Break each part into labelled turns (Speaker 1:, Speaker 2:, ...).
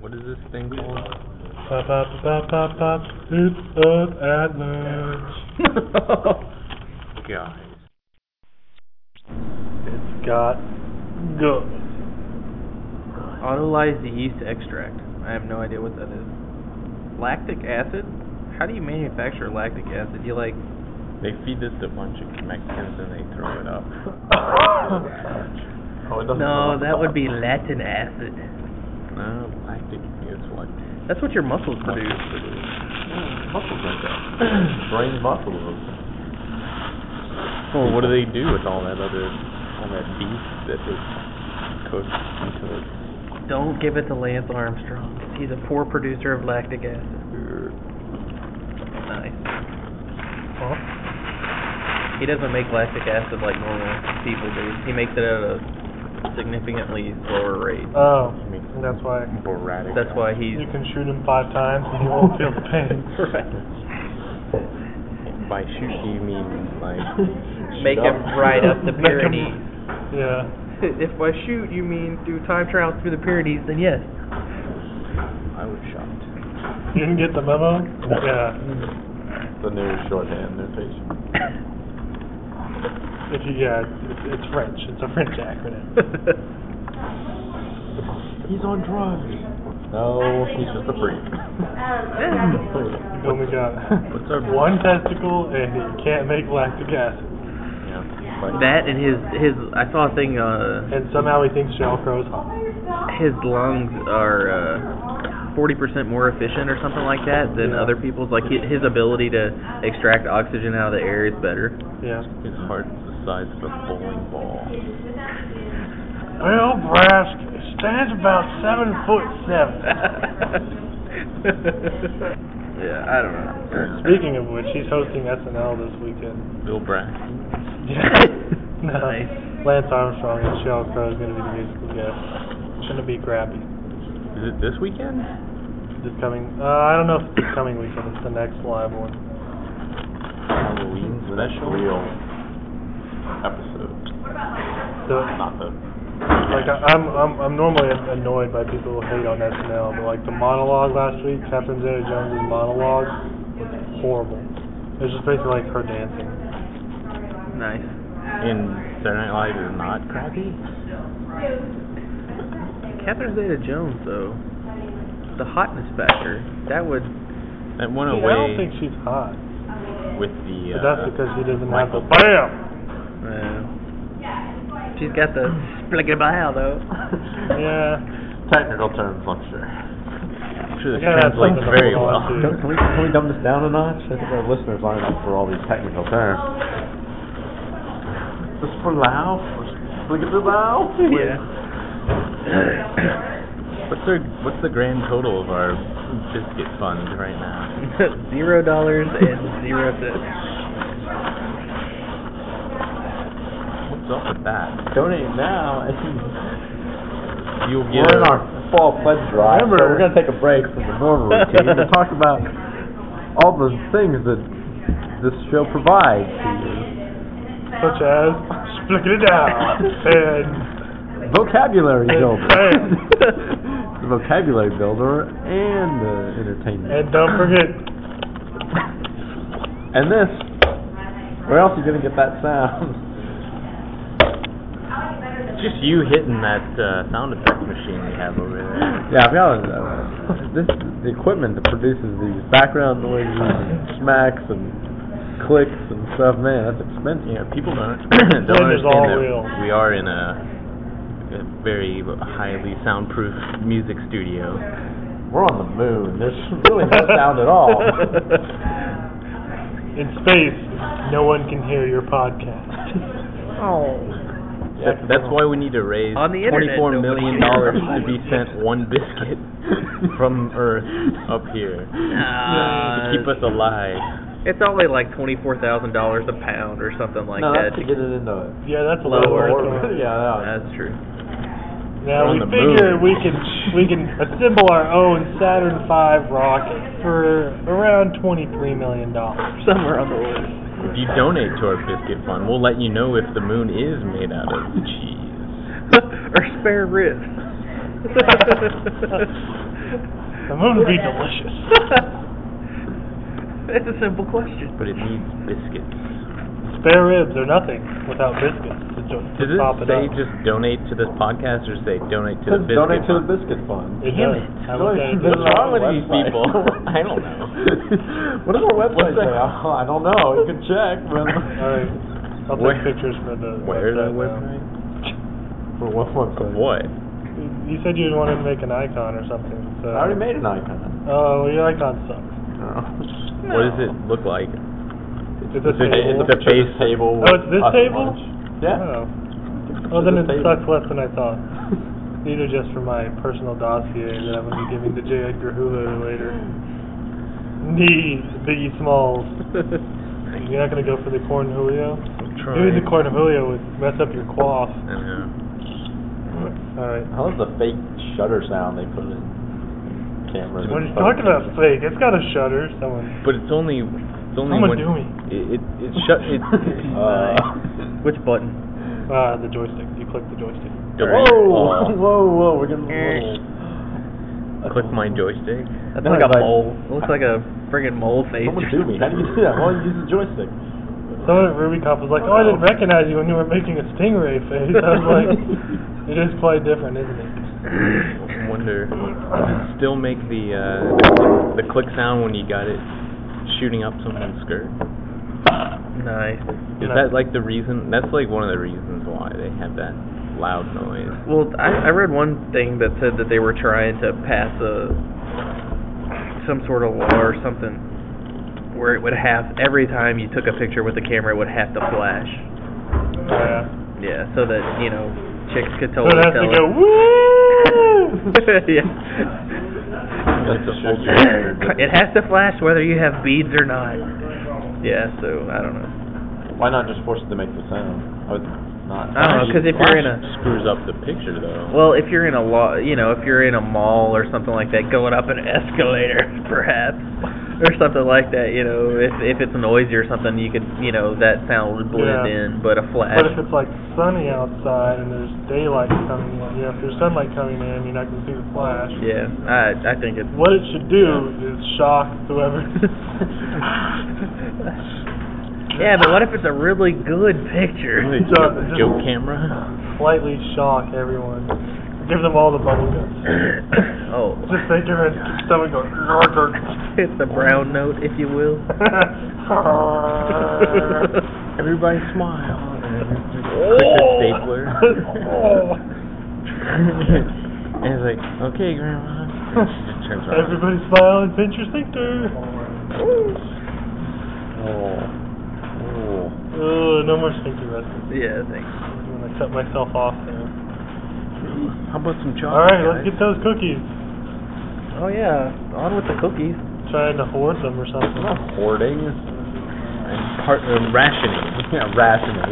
Speaker 1: What is this thing called?
Speaker 2: Pop, pop, pop, pop, pop, it's up at lunch.
Speaker 1: Guys.
Speaker 2: It's got guts.
Speaker 3: Autolyzed yeast extract. I have no idea what that is. Lactic acid? How do you manufacture lactic acid? You like
Speaker 1: They feed this to a bunch of Mexicans and they throw it up.
Speaker 2: Oh, it doesn't
Speaker 3: No,
Speaker 2: work.
Speaker 3: that would be Latin acid.
Speaker 1: No, lactic is what
Speaker 3: That's what your muscles produce.
Speaker 1: muscles like that. Brain muscles. Well, what do they do with all that other, all that beef that they cook into it?
Speaker 3: Don't give it to Lance Armstrong. He's a poor producer of lactic acid. Nice.
Speaker 2: Huh?
Speaker 3: He doesn't make lactic acid like normal people do. He makes it at a significantly slower rate.
Speaker 2: Oh, and that's why
Speaker 1: Boratic.
Speaker 3: That's why he's
Speaker 2: you can shoot him five times and he won't feel the pain.
Speaker 1: Right. By shoot you mean like
Speaker 3: make him ride up the
Speaker 2: Make him-
Speaker 3: Pyrenees.
Speaker 2: Yeah.
Speaker 3: if by shoot you mean do time travel through the Pyrenees, then yes.
Speaker 1: I was shocked.
Speaker 2: You didn't get the memo? Yeah.
Speaker 4: The new shorthand, new patient.
Speaker 2: If you, yeah, it's, it's French. It's a French acronym.
Speaker 4: He's on drugs. No, he's just a freak.
Speaker 2: You only got
Speaker 1: What's our
Speaker 2: one testicle and you can't make lactic acid.
Speaker 1: Yeah.
Speaker 3: that and his his I saw a thing uh
Speaker 2: And somehow he thinks shell crow's hot.
Speaker 3: his lungs are forty percent more efficient or something like that than
Speaker 2: Yeah.
Speaker 3: other people's. Like hi- his ability to extract oxygen out of the air is better.
Speaker 2: Yeah.
Speaker 1: His heart's the size of a bowling ball.
Speaker 2: Bill Brask stands about seven foot seven.
Speaker 3: yeah, I don't know.
Speaker 2: Speaking of which, he's hosting SNL this weekend.
Speaker 1: Bill Brack.
Speaker 2: No. Lance Armstrong and Shell Crow is going to be the musical guest. Shouldn't it be crappy.
Speaker 1: Is it this weekend?
Speaker 2: This coming, uh, I don't know if it's this coming weekend. It's the next live one.
Speaker 1: Halloween
Speaker 4: The next
Speaker 1: special.
Speaker 4: real episode,
Speaker 2: So,
Speaker 4: not the.
Speaker 2: like, I, I'm, I'm, I'm normally annoyed by people who hate on SNL, but like the monologue last week, Captain Zeta Jones' monologue, was horrible. It was just basically like her dancing.
Speaker 3: Nice.
Speaker 1: And Saturday Night Live is not crappy.
Speaker 3: Catherine Zeta-Jones though, the hotness factor that would
Speaker 1: That went
Speaker 2: See, I don't think
Speaker 1: away
Speaker 2: she's hot,
Speaker 1: with the. uh,
Speaker 2: but that's because she doesn't have the
Speaker 1: Michael
Speaker 2: bam.
Speaker 3: Uh, she's got the splicky bow though.
Speaker 2: Yeah.
Speaker 4: Technical terms, I'm sure.
Speaker 1: I'm sure this
Speaker 2: Yeah, that's
Speaker 1: translates
Speaker 2: something
Speaker 1: very
Speaker 2: to hold
Speaker 1: well.
Speaker 2: on
Speaker 4: Can, can we, can we dumb this down a notch? I think our listeners aren't up for all these technical terms. This for loud? Look at the loud?
Speaker 1: What's our What's the grand total of our biscuit fund right now?
Speaker 3: zero dollars and zero cents.
Speaker 1: What's up with that?
Speaker 4: Donate now.
Speaker 1: You'll
Speaker 4: We're
Speaker 1: get.
Speaker 4: in
Speaker 1: a-
Speaker 4: our fall pledge drive. so we're going to take a break from the normal routine to talk about all the things that this show provides to you.
Speaker 2: Such as splickety down and
Speaker 4: Vocabulary
Speaker 2: Hey,
Speaker 4: builder.
Speaker 2: hey.
Speaker 4: the vocabulary builder and the entertainment.
Speaker 2: and don't forget
Speaker 4: And this, where else are you gonna get that sound?
Speaker 1: Just you hitting that uh, sound effect machine we have over there.
Speaker 4: Yeah, I've got uh, this is the equipment that produces these background noises and smacks and clicks and stuff. Man, that's expensive.
Speaker 1: Yeah, people don't
Speaker 2: Wind
Speaker 1: don't
Speaker 2: is all
Speaker 1: understand that
Speaker 2: real.
Speaker 1: we are in a, a very highly soundproof music studio.
Speaker 4: We're on the moon. There's really no sound at all.
Speaker 2: in space, no one can hear your podcast.
Speaker 3: Oh.
Speaker 1: That, that's why we need to raise
Speaker 3: On the internet,
Speaker 1: twenty-four million dollars to
Speaker 3: nobody-
Speaker 1: be sent one biscuit from Earth up here to keep us alive.
Speaker 3: It's only like twenty-four thousand dollars a pound or something like
Speaker 4: no,
Speaker 3: that.
Speaker 4: that's to get it into it.
Speaker 2: Yeah, that's a
Speaker 3: Lower.
Speaker 2: lower.
Speaker 4: yeah, no.
Speaker 3: That's true.
Speaker 2: Now
Speaker 1: We're
Speaker 2: we
Speaker 1: on the
Speaker 2: figure
Speaker 1: moon.
Speaker 2: we can we can assemble our own Saturn V rocket for around twenty three million dollars.
Speaker 3: Somewhere on the order.
Speaker 1: If you donate to our biscuit fund, we'll let you know if the moon is made out of cheese.
Speaker 3: or spare ribs.
Speaker 2: The moon would be delicious.
Speaker 3: That's a simple question.
Speaker 1: But it needs biscuits.
Speaker 2: Spare ribs are nothing without biscuits to, jo- to
Speaker 1: Does it
Speaker 2: top it
Speaker 1: say
Speaker 2: up.
Speaker 1: just donate to this podcast or say donate to the
Speaker 4: Just
Speaker 1: biscuit?
Speaker 4: donate to the
Speaker 1: fund?
Speaker 4: biscuit fund.
Speaker 2: It
Speaker 1: Damn
Speaker 2: does.
Speaker 1: it.
Speaker 2: I would say it
Speaker 1: What's
Speaker 2: does.
Speaker 1: wrong with these people? I don't know.
Speaker 4: what does our
Speaker 1: What's
Speaker 4: website
Speaker 1: that?
Speaker 4: say? Oh, I don't know. You can check,
Speaker 2: All
Speaker 4: but
Speaker 2: right. I'll take
Speaker 1: Where-
Speaker 2: pictures for the
Speaker 1: Where's
Speaker 2: website
Speaker 1: that
Speaker 2: now.
Speaker 1: website?
Speaker 4: for what
Speaker 1: Of
Speaker 4: website?
Speaker 1: what?
Speaker 2: You said you wanted to make an icon or something. So.
Speaker 4: I already made an icon.
Speaker 2: Oh, well, your icon
Speaker 4: Oh.
Speaker 2: sucks.
Speaker 1: What does it look like?
Speaker 2: It's a
Speaker 1: Is it-
Speaker 2: table.
Speaker 1: it's a
Speaker 4: Picture this
Speaker 1: base-
Speaker 4: table.
Speaker 2: Oh, it's this
Speaker 4: with us
Speaker 2: table?
Speaker 4: lunch. Yeah.
Speaker 2: Oh. Well, then
Speaker 4: the
Speaker 2: it
Speaker 4: table.
Speaker 2: sucks less than I thought. These are just for my personal dossier that I'm going to be giving to J. Edgar Hoover later. Knees, Biggie Smalls. You're not going to go for the corn Julio? Maybe the corn Julio would mess up your quaff.
Speaker 1: I know.
Speaker 2: Alright.
Speaker 4: How's the fake shutter sound they put in cameras?
Speaker 2: When you talking about fake, it's got a shutter. Someone.
Speaker 1: But it's only it's only when
Speaker 2: Someone do me.
Speaker 1: it it, it shut it
Speaker 4: Uh,
Speaker 3: Which button?
Speaker 2: Uh, the joystick. You click the joystick.
Speaker 4: whoa, whoa,
Speaker 1: Oh,
Speaker 4: whoa! We're getting a little.
Speaker 1: click my joystick.
Speaker 3: That's
Speaker 4: No,
Speaker 3: like a
Speaker 4: it's like-
Speaker 3: mole. It looks like a friggin' mole face.
Speaker 4: Someone do me. How do you do that? Well, you use a joystick.
Speaker 2: Someone at RubyConf was like, "Oh, I didn't recognize you when you were making a stingray face." I was like, "It is quite different, isn't it?"
Speaker 1: I wonder does it still make the uh the click sound when you got it shooting up someone's skirt?
Speaker 3: Nice.
Speaker 1: Is
Speaker 2: No.
Speaker 1: that like the reason? That's like one of the reasons why they have that loud noise.
Speaker 3: Well, I, I read one thing that said that they were trying to pass a some sort of law or something where it would have every time you took a picture with the camera, it would have to flash.
Speaker 2: Yeah.
Speaker 3: Yeah, so that you know chicks could
Speaker 2: So
Speaker 3: totally
Speaker 2: it has
Speaker 3: tell.
Speaker 2: to go woo.
Speaker 3: it. yeah.
Speaker 4: That's a whole
Speaker 3: it has to flash whether you have beads or not. Yeah, so I don't know.
Speaker 4: Why not just force it to make the sound? I would
Speaker 3: I
Speaker 4: not.
Speaker 3: don't know, 'cause if you're in a-
Speaker 1: screws up the picture though.
Speaker 3: Well, if you're in a law, you know, if you're in a mall or something like that, going up an escalator, perhaps, or something like that, you know, if if it's noisy or something, you could, you know, that sound would blend
Speaker 2: Yeah.
Speaker 3: in. But a flash,
Speaker 2: But if it's like sunny outside and there's daylight coming in, you know, if there's sunlight coming in, you're not gonna see the flash.
Speaker 3: yeah, I I think it's.
Speaker 2: What it should do is shock whoever.
Speaker 3: yeah, but what if it's a really good picture?
Speaker 1: Really?
Speaker 2: Just-
Speaker 1: joke camera.
Speaker 2: Slightly shock everyone. Give them all the bubble guts.
Speaker 3: oh,
Speaker 2: Just think of it. Someone going. "Grr, grr."
Speaker 3: it's the brown note, if you will.
Speaker 1: Everybody smile. Click the stapler. and it's like, okay, Grandma. And she just turns around.
Speaker 2: Everybody smile and pinch your sphincter.
Speaker 1: Oh.
Speaker 2: Oh, no more sphincter wrestling.
Speaker 3: yeah, thanks.
Speaker 2: I'm gonna cut myself off there.
Speaker 1: How about some chocolate?
Speaker 2: All right, let's
Speaker 1: guys?
Speaker 2: get those cookies.
Speaker 3: Oh yeah, on with the cookies.
Speaker 2: Trying to hoard them or something.
Speaker 4: not hoarding.
Speaker 1: And part, uh, rationing.
Speaker 4: Yeah, rationing.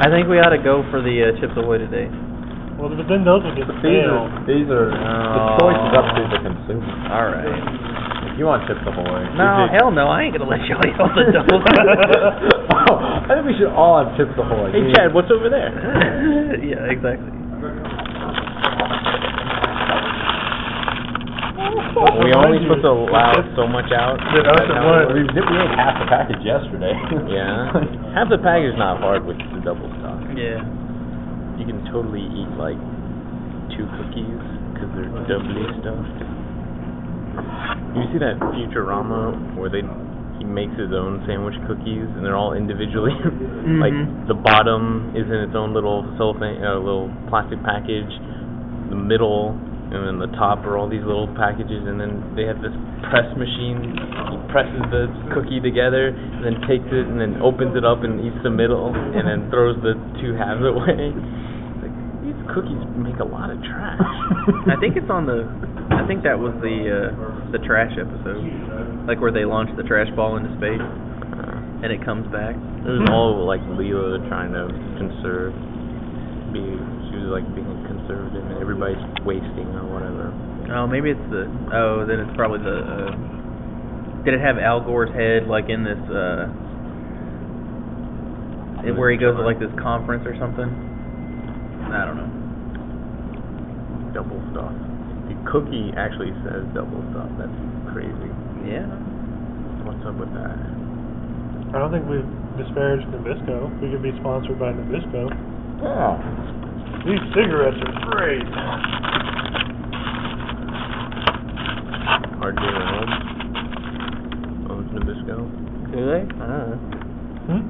Speaker 3: I think we ought to go for the uh, chips away today.
Speaker 2: Well, but then those will get
Speaker 4: these
Speaker 2: stale.
Speaker 4: are these are
Speaker 1: uh,
Speaker 4: the choice is up to the consumer.
Speaker 3: All right.
Speaker 4: If you want chips ahoy,
Speaker 3: No,
Speaker 4: is it-
Speaker 3: hell no, I ain't gonna let y'all eat all the doughs.
Speaker 4: oh, I think we should all have chips ahoy.
Speaker 1: Hey, Chad, what's over there?
Speaker 3: yeah, exactly.
Speaker 1: Are we only
Speaker 2: Remind you-
Speaker 1: supposed to allow so much out?
Speaker 2: Yeah, that's
Speaker 1: Is that how
Speaker 2: the
Speaker 1: it
Speaker 2: one.
Speaker 4: we,
Speaker 1: works?
Speaker 4: did- we ate half the package yesterday.
Speaker 1: Yeah. Half the pack is not hard with the double stock.
Speaker 3: Yeah.
Speaker 1: You can totally eat like two cookies because they're doubly stuffed. You see that Futurama where they he makes his own sandwich cookies and they're all individually like
Speaker 3: Mhm.
Speaker 1: the bottom is in its own little cellophane, uh, little plastic package, the middle and then the top are all these little packages and then they have this press machine he presses the cookie together and then takes it and then opens it up and eats the middle and then throws the two halves away. It's like, these cookies make a lot of trash.
Speaker 3: I think it's on the. I think that was the uh, the trash episode, like where they launch the trash ball into space and it comes back.
Speaker 1: It was all like Leela trying to conserve. Be she was like being conservative and everybody's wasting or whatever.
Speaker 3: Oh, maybe it's the. Oh, then it's probably the. Uh, did it have Al Gore's head like in this? uh it- Where he goes to like this conference or something? I don't know.
Speaker 1: double stuff. The cookie actually says double stuff. That's crazy.
Speaker 3: Yeah.
Speaker 1: What's up with that?
Speaker 2: I don't think we've disparaged Nabisco. We could be sponsored by Nabisco.
Speaker 4: Yeah.
Speaker 2: These cigarettes are great.
Speaker 1: RJ Reynolds owns Nabisco.
Speaker 3: Do they? I don't know.
Speaker 2: Hmm?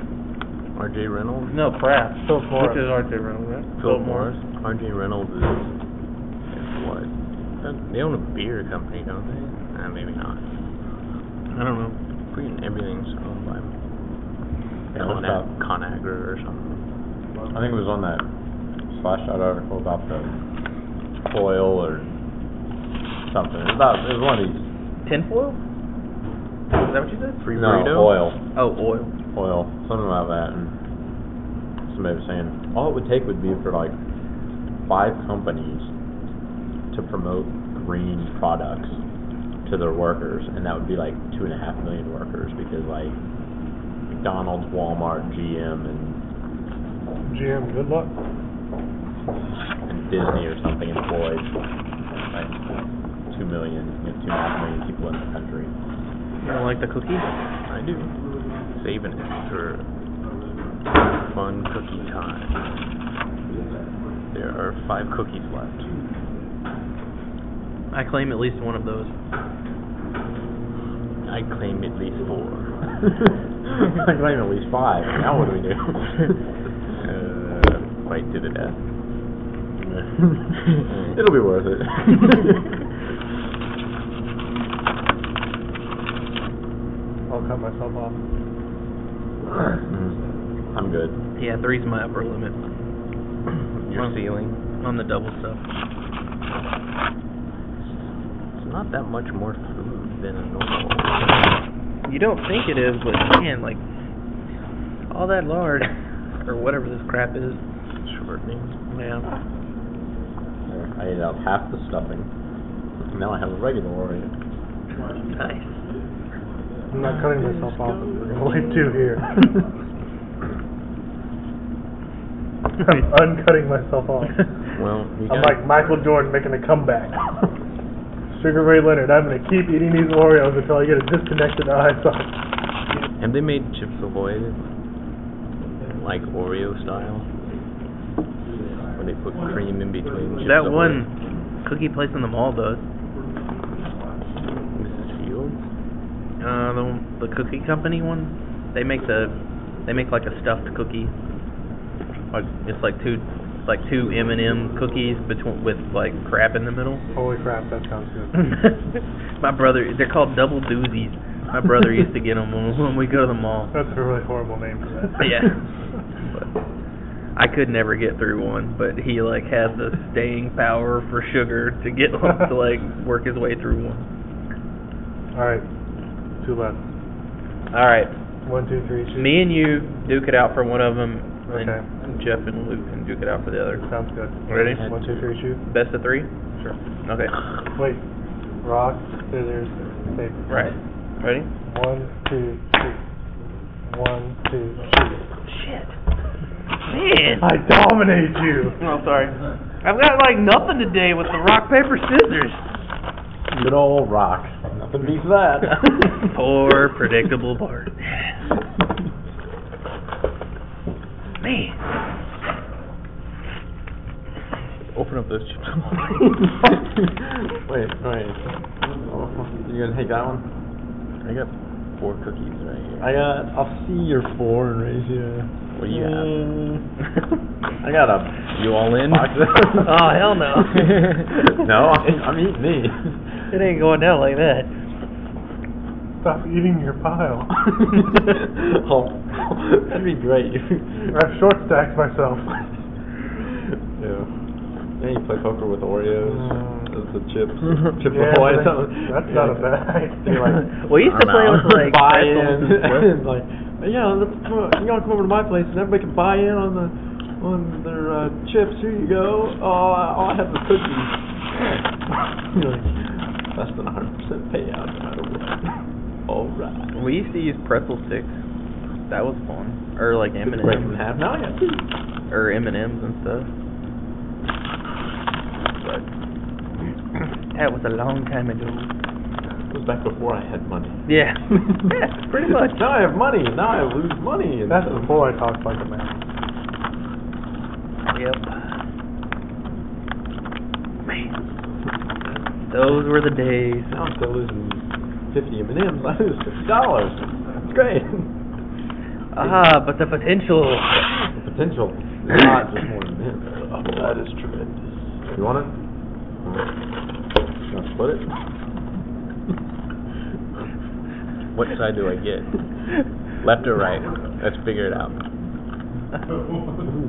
Speaker 1: RJ Reynolds.
Speaker 3: No, Pratt.
Speaker 2: Philip Morris.
Speaker 3: Which is RJ Reynolds, right?
Speaker 1: Philip Morris. RJ Reynolds is, is what? Don't- They own a beer company, don't they? Nah, maybe not.
Speaker 3: I don't know.
Speaker 1: Pretty everything's owned by
Speaker 4: Yeah, what's
Speaker 1: Conag-
Speaker 4: up?
Speaker 1: Conagra or something.
Speaker 4: I think it was on that Slashdot article about the foil or something. It was about it was one of these.
Speaker 3: Tinfoil? Is that what you said?
Speaker 1: Free
Speaker 4: no,
Speaker 1: burrito.
Speaker 4: oil,
Speaker 3: Oh, oil.
Speaker 4: oil, something like that. And somebody was saying all it would take would be for like five companies to promote green products to their workers, and that would be like two and a half million workers because like McDonald's, Walmart, GM, and
Speaker 2: GM, good luck.
Speaker 4: and Disney or something employed like two million, you know, two and a half million people in the country.
Speaker 3: You don't like the cookie?
Speaker 1: I do. Saving it for fun cookie time. There are five cookies left.
Speaker 3: I claim at least one of those.
Speaker 1: I claim at least four.
Speaker 4: I claim at least five. Now what do we do?
Speaker 1: Uh, fight to the death.
Speaker 4: It'll be worth it.
Speaker 2: I'll cut myself off.
Speaker 4: I'm good.
Speaker 3: Yeah, three's my upper limit
Speaker 1: Your
Speaker 3: Well-
Speaker 1: ceiling.
Speaker 3: on the double stuff.
Speaker 1: It's not that much more food than a normal.
Speaker 3: You don't think it is, but man, like all that lard or whatever this crap is.
Speaker 1: Shortening.
Speaker 3: Yeah.
Speaker 4: I ate up half the stuffing. Now I have a regular Oreo.
Speaker 3: Nice.
Speaker 2: I'm not cutting myself off. We're gonna leave two here. I'm uncutting myself off.
Speaker 1: Well, you
Speaker 2: I'm
Speaker 1: got-
Speaker 2: like Michael Jordan making a comeback. Sugar Ray Leonard, I'm gonna keep eating these Oreos until I get a disconnected eye socket.
Speaker 1: Have they made Chips Ahoy like Oreo style? Where they put cream in between Chips
Speaker 3: that
Speaker 1: Ahoy?
Speaker 3: one cookie place in the mall does.
Speaker 1: Mrs. Fields?
Speaker 3: Uh, the the cookie company one. They make the they make like a stuffed cookie. Like it's like two it's like two M and M cookies between with like crap in the middle.
Speaker 2: Holy crap, that sounds good.
Speaker 3: My brother, they're called double doozies. My brother used to get them when, when we go to the mall.
Speaker 2: That's a really horrible name for that.
Speaker 3: Yeah. I could never get through one, but he like had the staying power for sugar to get him to like work his way through one.
Speaker 2: Alright, two left.
Speaker 3: All right,
Speaker 2: One, two, three, shoot.
Speaker 3: me and you duke it out for one of them, and
Speaker 2: Okay.
Speaker 3: Jeff and Luke can duke it out for the other.
Speaker 2: Sounds good.
Speaker 3: Ready?
Speaker 2: One, two, three, shoot.
Speaker 3: Best of three.
Speaker 2: Sure.
Speaker 3: Okay.
Speaker 2: Wait, rock, scissors, paper.
Speaker 3: Right. Ready?
Speaker 2: One, two, three. One, two, three.
Speaker 3: Shit. Man.
Speaker 2: I dominate you!
Speaker 3: Oh, sorry. I've got like nothing today with the rock paper scissors.
Speaker 4: Good old rock. Nothing beats that.
Speaker 3: Poor predictable Bart. Man.
Speaker 1: Open up those chips.
Speaker 4: wait, wait. You gonna take that one?
Speaker 1: I got four cookies right here.
Speaker 4: I got. I'll see your four and raise you.
Speaker 1: What do you have?
Speaker 4: I got a.
Speaker 1: You all in?
Speaker 4: box of-
Speaker 3: Oh, hell no.
Speaker 4: no, I'm, I'm eating these.
Speaker 3: It ain't going down like that.
Speaker 2: Stop eating your pile.
Speaker 4: oh, that'd be great.
Speaker 2: I've short stacked myself.
Speaker 4: yeah. Then you play poker with Oreos,
Speaker 2: Mm.
Speaker 4: the chips, chip
Speaker 2: Yeah,
Speaker 4: Ahoy,
Speaker 2: but
Speaker 4: something.
Speaker 2: that's not
Speaker 4: Yeah,
Speaker 2: a bad
Speaker 4: like-
Speaker 2: idea.
Speaker 4: you're like,
Speaker 3: We used to
Speaker 1: I'm
Speaker 3: play
Speaker 1: out.
Speaker 3: with like
Speaker 4: buy
Speaker 3: pretzels and
Speaker 4: in.
Speaker 3: stuff.
Speaker 4: like, yeah, let's come, o- you gotta come over to my place and everybody can buy in on the on their uh, chips. Here you go. Oh, I, oh, I have the cookies. You're like, less than 100 percent payout, no matter what. All right.
Speaker 3: We used to use pretzel sticks. That was fun. Or like M and
Speaker 4: Break them in
Speaker 3: M's
Speaker 4: half. Now I got two.
Speaker 3: or M and M's and stuff. But That was a long time ago.
Speaker 4: It was back before I had money.
Speaker 3: Yeah. yeah, pretty much.
Speaker 4: Now I have money. Now I lose money. And
Speaker 2: That's before I talked like a man.
Speaker 3: Yep. Man. Those were the days.
Speaker 4: Now I'm still losing fifty M and M's. I lose fifty dollars. It's great.
Speaker 3: Ah, but the potential.
Speaker 4: The potential is not just more than this.
Speaker 2: Oh, that is tremendous.
Speaker 4: You want it? Wanna split it?
Speaker 1: What side do I get? Left or right? Let's figure it out.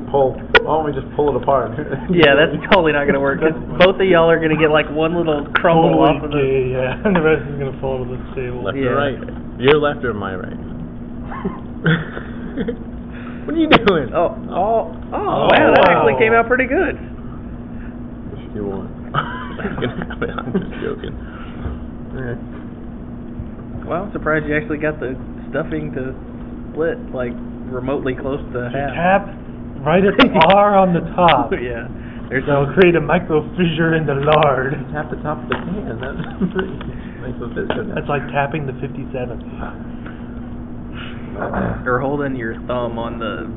Speaker 4: Pull. Why don't we just pull it apart?
Speaker 3: Yeah, that's totally not gonna work. 'cause both of y'all are gonna get like one little crumble
Speaker 2: Totally
Speaker 3: off of the.
Speaker 2: gay, yeah, and the rest is gonna fall to the table.
Speaker 1: Left
Speaker 3: Yeah.
Speaker 1: or right? Your left or my right? what are you doing?
Speaker 3: Oh, oh, oh!
Speaker 1: Oh,
Speaker 3: wow, that actually
Speaker 2: wow.
Speaker 3: came out pretty good.
Speaker 4: If you want.
Speaker 1: I'm gonna have it. I'm just joking.
Speaker 3: Well, I'm surprised you actually got the stuffing to split like remotely close to
Speaker 2: You
Speaker 3: half.
Speaker 2: tap right at the R on the top.
Speaker 3: yeah. There's
Speaker 2: That'll create a micro fissure in the lard.
Speaker 4: Tap the top of the can. That makes the fish go down.
Speaker 2: That's like tapping the 57.
Speaker 3: or holding your thumb on the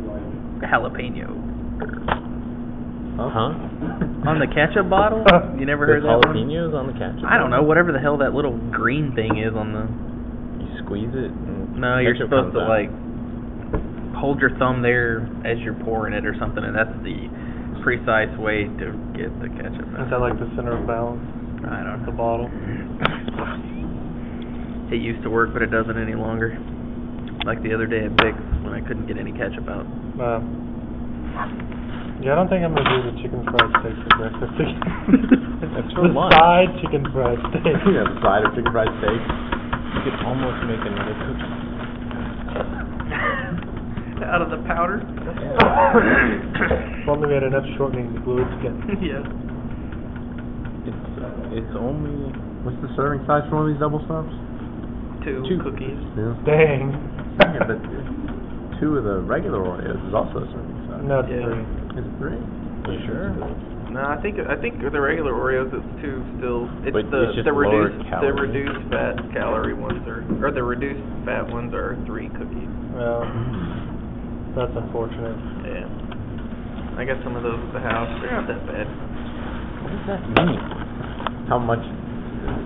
Speaker 3: jalapeno
Speaker 1: Huh?
Speaker 3: on the ketchup bottle. You never
Speaker 1: There's
Speaker 3: heard that one?
Speaker 1: jalapenos on the ketchup.
Speaker 3: I don't know. Whatever the hell that little green thing is on the.
Speaker 1: You squeeze it. And
Speaker 3: No, you're
Speaker 1: ketchup
Speaker 3: supposed
Speaker 1: comes
Speaker 3: to
Speaker 1: out.
Speaker 3: like hold your thumb there as you're pouring it or something, and that's the precise way to get the ketchup.
Speaker 2: Is
Speaker 3: Out.
Speaker 2: that like the center of balance?
Speaker 3: I don't
Speaker 2: The
Speaker 3: know.
Speaker 2: bottle.
Speaker 3: It used to work, but it doesn't any longer. Like the other day at Bix when I couldn't get any ketchup out.
Speaker 2: Uh, yeah, I don't think I'm gonna do the chicken fried steak for breakfast again.
Speaker 4: That's
Speaker 2: the
Speaker 4: for lunch.
Speaker 2: side chicken fried steak.
Speaker 4: You have a side of chicken fried steak. You could almost make another cookie.
Speaker 3: out of the powder?
Speaker 2: If only we had enough shortening fluids to get
Speaker 3: yeah.
Speaker 1: It's it's only
Speaker 4: What's the serving size for one of these double stops?
Speaker 3: Two,
Speaker 1: Two.
Speaker 3: cookies.
Speaker 4: Yeah.
Speaker 2: Dang.
Speaker 4: Yeah, but two of the regular Oreos is also a serving size.
Speaker 2: No, it's
Speaker 3: Yeah.
Speaker 2: three.
Speaker 4: Is it three?
Speaker 1: You sure?
Speaker 5: No, I think I think the regular Oreos it's two still. It's
Speaker 1: But
Speaker 5: the
Speaker 1: it's just
Speaker 5: the
Speaker 1: lower
Speaker 5: reduced the
Speaker 1: calorie.
Speaker 5: reduced fat calorie ones are or the reduced fat ones are three cookies.
Speaker 2: Well,
Speaker 4: Mm-hmm.
Speaker 2: that's unfortunate.
Speaker 5: Yeah. I got some of those at the house. They're not that bad.
Speaker 1: What does that mean?
Speaker 4: How much?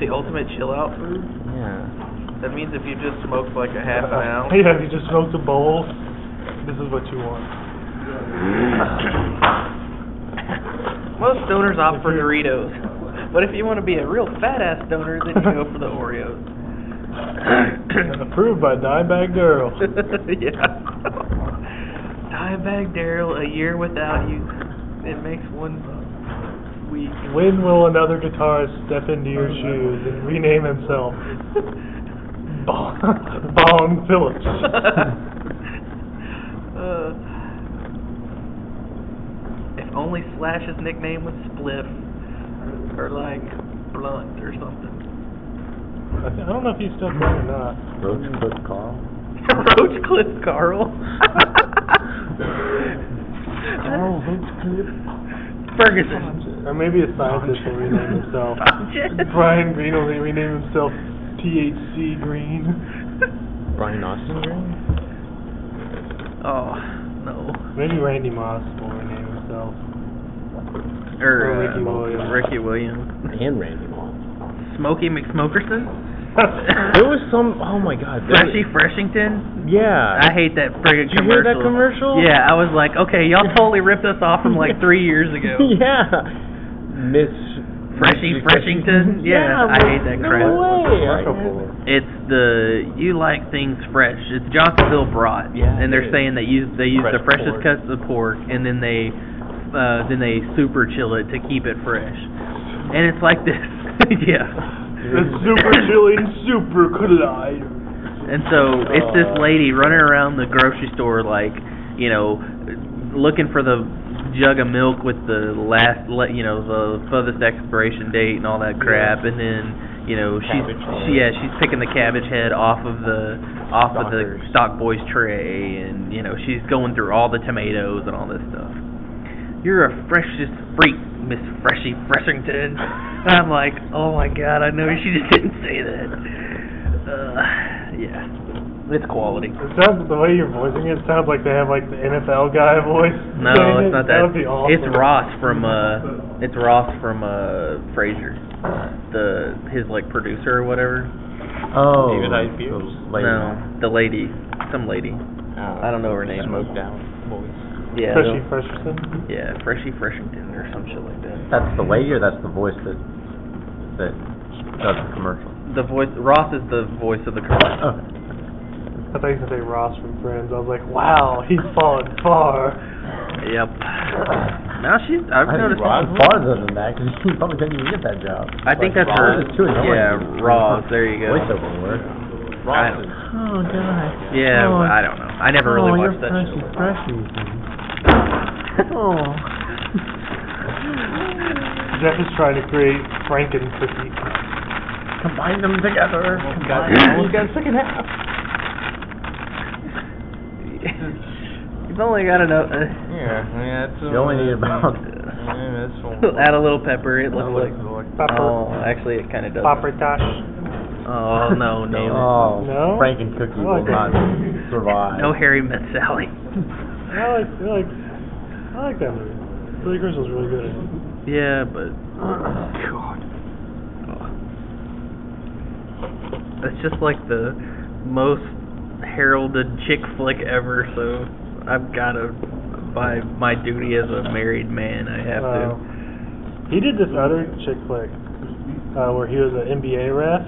Speaker 5: The ultimate chill out food.
Speaker 1: Yeah.
Speaker 5: That means if you just smoke like a half an ounce.
Speaker 2: Yeah, if you just smoked a bowl, this is what you want.
Speaker 5: Most stoners opt for Doritos, but if you want to be a real fat ass stoner, then you go for the Oreos.
Speaker 2: Approved by Dimebag Girl.
Speaker 5: yeah. Dimebag Daryl, a year without you, it makes one week.
Speaker 2: When will another guitarist step into your shoes and rename himself Bong, Bong Phillips?
Speaker 5: uh, if only Slash's nickname was Spliff, or like Blunt or something.
Speaker 2: I, th- I don't know if he's still playing or not.
Speaker 4: Roach Cook Carl?
Speaker 5: Roach Cliff Carl.
Speaker 4: Carl Roach Cook.
Speaker 3: Ferguson.
Speaker 2: Or maybe a scientist will rename himself. Brian Green will rename himself THC Green.
Speaker 1: Brian Austin Green?
Speaker 3: Oh no.
Speaker 2: Maybe Randy Moss will rename himself.
Speaker 3: Or,
Speaker 2: Or Ricky
Speaker 3: uh,
Speaker 2: Williams.
Speaker 3: Ricky Williams.
Speaker 1: And Randy Moss.
Speaker 3: Smokey McSmokerson.
Speaker 1: There was some. Oh my God. there-
Speaker 3: Freshie Freshington.
Speaker 1: Yeah.
Speaker 3: I hate that friggin'
Speaker 1: Did you
Speaker 3: commercial.
Speaker 1: hear that commercial?
Speaker 3: Yeah, I was like, okay, y'all totally ripped us off from like three years ago.
Speaker 1: yeah. Miss.
Speaker 3: Freshie
Speaker 1: Miss-
Speaker 3: Freshington. Yeah, I hate that
Speaker 1: no
Speaker 3: crap.
Speaker 1: way. I-
Speaker 3: It's the you like things fresh. It's Johnsonville brat.
Speaker 1: Yeah,
Speaker 3: And they're
Speaker 1: it is.
Speaker 3: saying they use they use the
Speaker 1: Fresh
Speaker 3: freshest
Speaker 1: pork.
Speaker 3: cuts of pork and then they uh then they super chill it to keep it fresh. And it's like this. yeah.
Speaker 2: The Super Chilling Super Collider.
Speaker 3: And so it's this
Speaker 1: Uh.
Speaker 3: lady running around the grocery store, like, you know, looking for the jug of milk with the last, le- you know, the furthest expiration date and all that crap. And then, you know, she's
Speaker 1: Cabbage
Speaker 3: she, yeah, she's picking the cabbage head off of the off of the
Speaker 1: Stockers.
Speaker 3: stock boy's tray, and you know, she's going through all the tomatoes and all this stuff. You're a freshest freak, Miss Freshie Freshington.
Speaker 5: And I'm like, oh my god, I know she just didn't say that. Uh, yeah, it's quality.
Speaker 2: It sounds the way you're voicing it sounds like they have like the NFL guy voice.
Speaker 3: No, it's
Speaker 2: saying it.
Speaker 3: not that.
Speaker 2: That would be awesome.
Speaker 3: It's Ross from uh, it's Ross from uh, Frasier, the his like producer or whatever.
Speaker 4: Oh.
Speaker 1: David Hyde
Speaker 4: the
Speaker 1: Pierce?
Speaker 4: lady.
Speaker 3: No, the lady, some lady.
Speaker 1: Oh.
Speaker 3: I don't know her name.
Speaker 1: Smoked out voice.
Speaker 3: Yeah,
Speaker 2: Freshie
Speaker 3: the-
Speaker 2: Fresherson.
Speaker 3: yeah, Freshie Freshington or some shit like that.
Speaker 4: That's the lady, or that's the voice that that does the commercial.
Speaker 3: The voice Ross is the voice of the commercial.
Speaker 4: Oh.
Speaker 2: I thought you were gonna say Ross from Friends. I was like, wow, he's fallen far.
Speaker 3: Yep. Now she's. I've
Speaker 4: I think
Speaker 3: noticed.
Speaker 4: Ross is farther than that because he probably didn't even get that job.
Speaker 3: I think that's
Speaker 4: Ross
Speaker 3: her.
Speaker 4: is too annoying.
Speaker 3: Yeah, Ross. There you go.
Speaker 4: Voiceover work.
Speaker 3: I
Speaker 1: Ross
Speaker 3: don't-
Speaker 1: is
Speaker 4: Oh god.
Speaker 3: Yeah,
Speaker 2: Oh.
Speaker 3: well, I don't know. I never really watched that show.
Speaker 4: Oh.
Speaker 2: Jeff is trying to create Franken cookie.
Speaker 4: Combine them together. Combine
Speaker 3: God.
Speaker 4: You got a second half.
Speaker 3: You've only got uh, enough.
Speaker 1: Yeah, I mean, that's.
Speaker 4: You only need about
Speaker 1: Yeah, that's one.
Speaker 3: Add a little pepper. It looks like.
Speaker 2: Popper.
Speaker 3: Oh, actually, it kind of does.
Speaker 2: Popper Tosh.
Speaker 3: Oh no, no,
Speaker 4: Oh,
Speaker 2: No?
Speaker 4: Frank and Cookie
Speaker 2: I
Speaker 4: will
Speaker 2: like
Speaker 4: not survive.
Speaker 3: no. Harry met Sally.
Speaker 2: I like, I like, I like that movie. Billy Crystal's really good at it.
Speaker 3: Yeah, but
Speaker 2: God.
Speaker 3: it's just like the most heralded chick flick ever. So I've got to, by my duty as a married man, I have to.
Speaker 2: Uh, He did this other chick flick uh, where he was an NBA ref.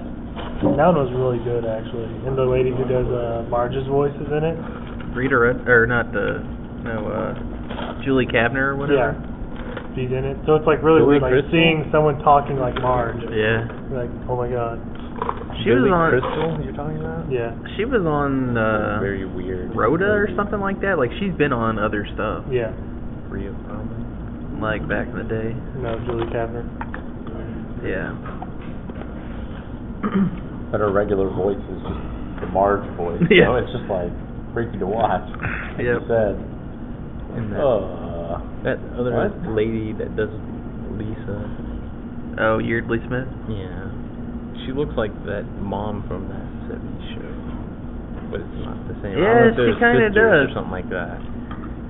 Speaker 2: That one was really good, actually. And the lady who does uh, Marge's voice is in it.
Speaker 3: Rita Red, or not the, no, uh, Julie Kavner or whatever.
Speaker 2: Yeah. She's in it. So it's like really
Speaker 1: Billy
Speaker 2: weird, like
Speaker 1: Crystal?
Speaker 2: seeing someone talking like Marge.
Speaker 3: Yeah.
Speaker 2: Like, oh my god.
Speaker 3: She was on.
Speaker 1: Crystal, you're talking about?
Speaker 2: Yeah.
Speaker 3: She was on uh,
Speaker 1: Very weird.
Speaker 3: Rhoda or something like that. Like she's been on other stuff,
Speaker 2: Yeah.
Speaker 1: Free of problem.
Speaker 3: like back in the day.
Speaker 2: No, Julie Kavner.
Speaker 3: Yeah.
Speaker 4: But her regular voice is just the Marge voice.
Speaker 3: Yeah.
Speaker 4: So it's just like freaky to watch. Like you
Speaker 3: Yep.
Speaker 4: said,
Speaker 1: And that,
Speaker 4: uh,
Speaker 1: that other
Speaker 4: What?
Speaker 1: lady that does Lisa.
Speaker 3: Oh, Yeardley Smith.
Speaker 1: Yeah. She looks like that mom from that 70s show. But it's not the same.
Speaker 3: Yeah,
Speaker 1: I don't know if
Speaker 3: she
Speaker 1: they're
Speaker 3: kinda
Speaker 1: sisters
Speaker 3: does.
Speaker 1: Or something like that.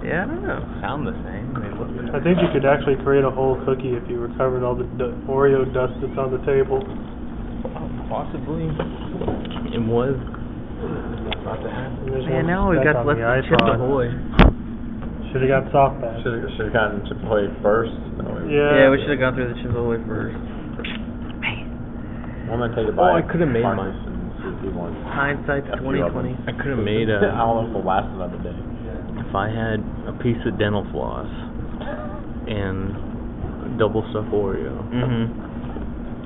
Speaker 3: Yeah, I don't know.
Speaker 1: Sound the same. They look
Speaker 2: I think you could actually create a whole cookie if you recovered all the d- Oreo dust that's on the table.
Speaker 1: possibly. It was. About to happen.
Speaker 2: And there's
Speaker 3: Man, now
Speaker 2: no
Speaker 3: we've
Speaker 2: speck
Speaker 3: got
Speaker 2: on
Speaker 3: left
Speaker 2: the
Speaker 3: to chip the boy.
Speaker 2: Should have got soft back.
Speaker 4: should have should have gotten Chip away first. No, we-
Speaker 2: Yeah.
Speaker 3: Yeah, we should have gone through the chip away first.
Speaker 4: I'm gonna take a
Speaker 1: Oh,
Speaker 4: bite.
Speaker 1: I coulda made
Speaker 4: Marcus
Speaker 1: mine.
Speaker 4: and see if he wants.
Speaker 3: Hindsight's
Speaker 4: After
Speaker 3: twenty
Speaker 4: you open.
Speaker 3: twenty.
Speaker 1: I could have made
Speaker 4: I
Speaker 1: a.
Speaker 4: don't know if it'll last another day.
Speaker 1: If I had a piece of dental floss and a double stuffed Oreo,
Speaker 3: Mhm.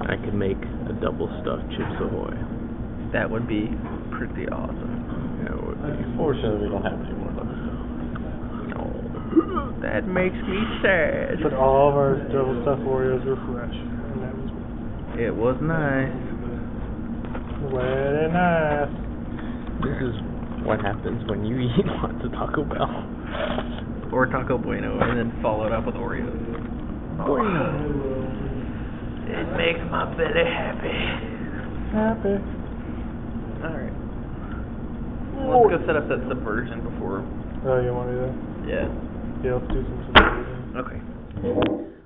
Speaker 1: I could make a double stuffed Chips Ahoy.
Speaker 3: That would be pretty awesome.
Speaker 1: That would
Speaker 4: Fortunately, we don't have any more left.
Speaker 3: No. That makes me sad.
Speaker 2: But all of our double stuffed Oreos were fresh. And that was
Speaker 3: It was nice.
Speaker 2: really nice.
Speaker 1: This is what happens when you eat lots of Taco Bell.
Speaker 3: Or Taco Bueno, and then followed up with Oreos. It makes my belly happy.
Speaker 2: Happy.
Speaker 3: Alright. Let's go set up that subversion before.
Speaker 2: Oh, you want to do that?
Speaker 3: Yeah.
Speaker 2: Yeah, let's do some.
Speaker 3: Okay.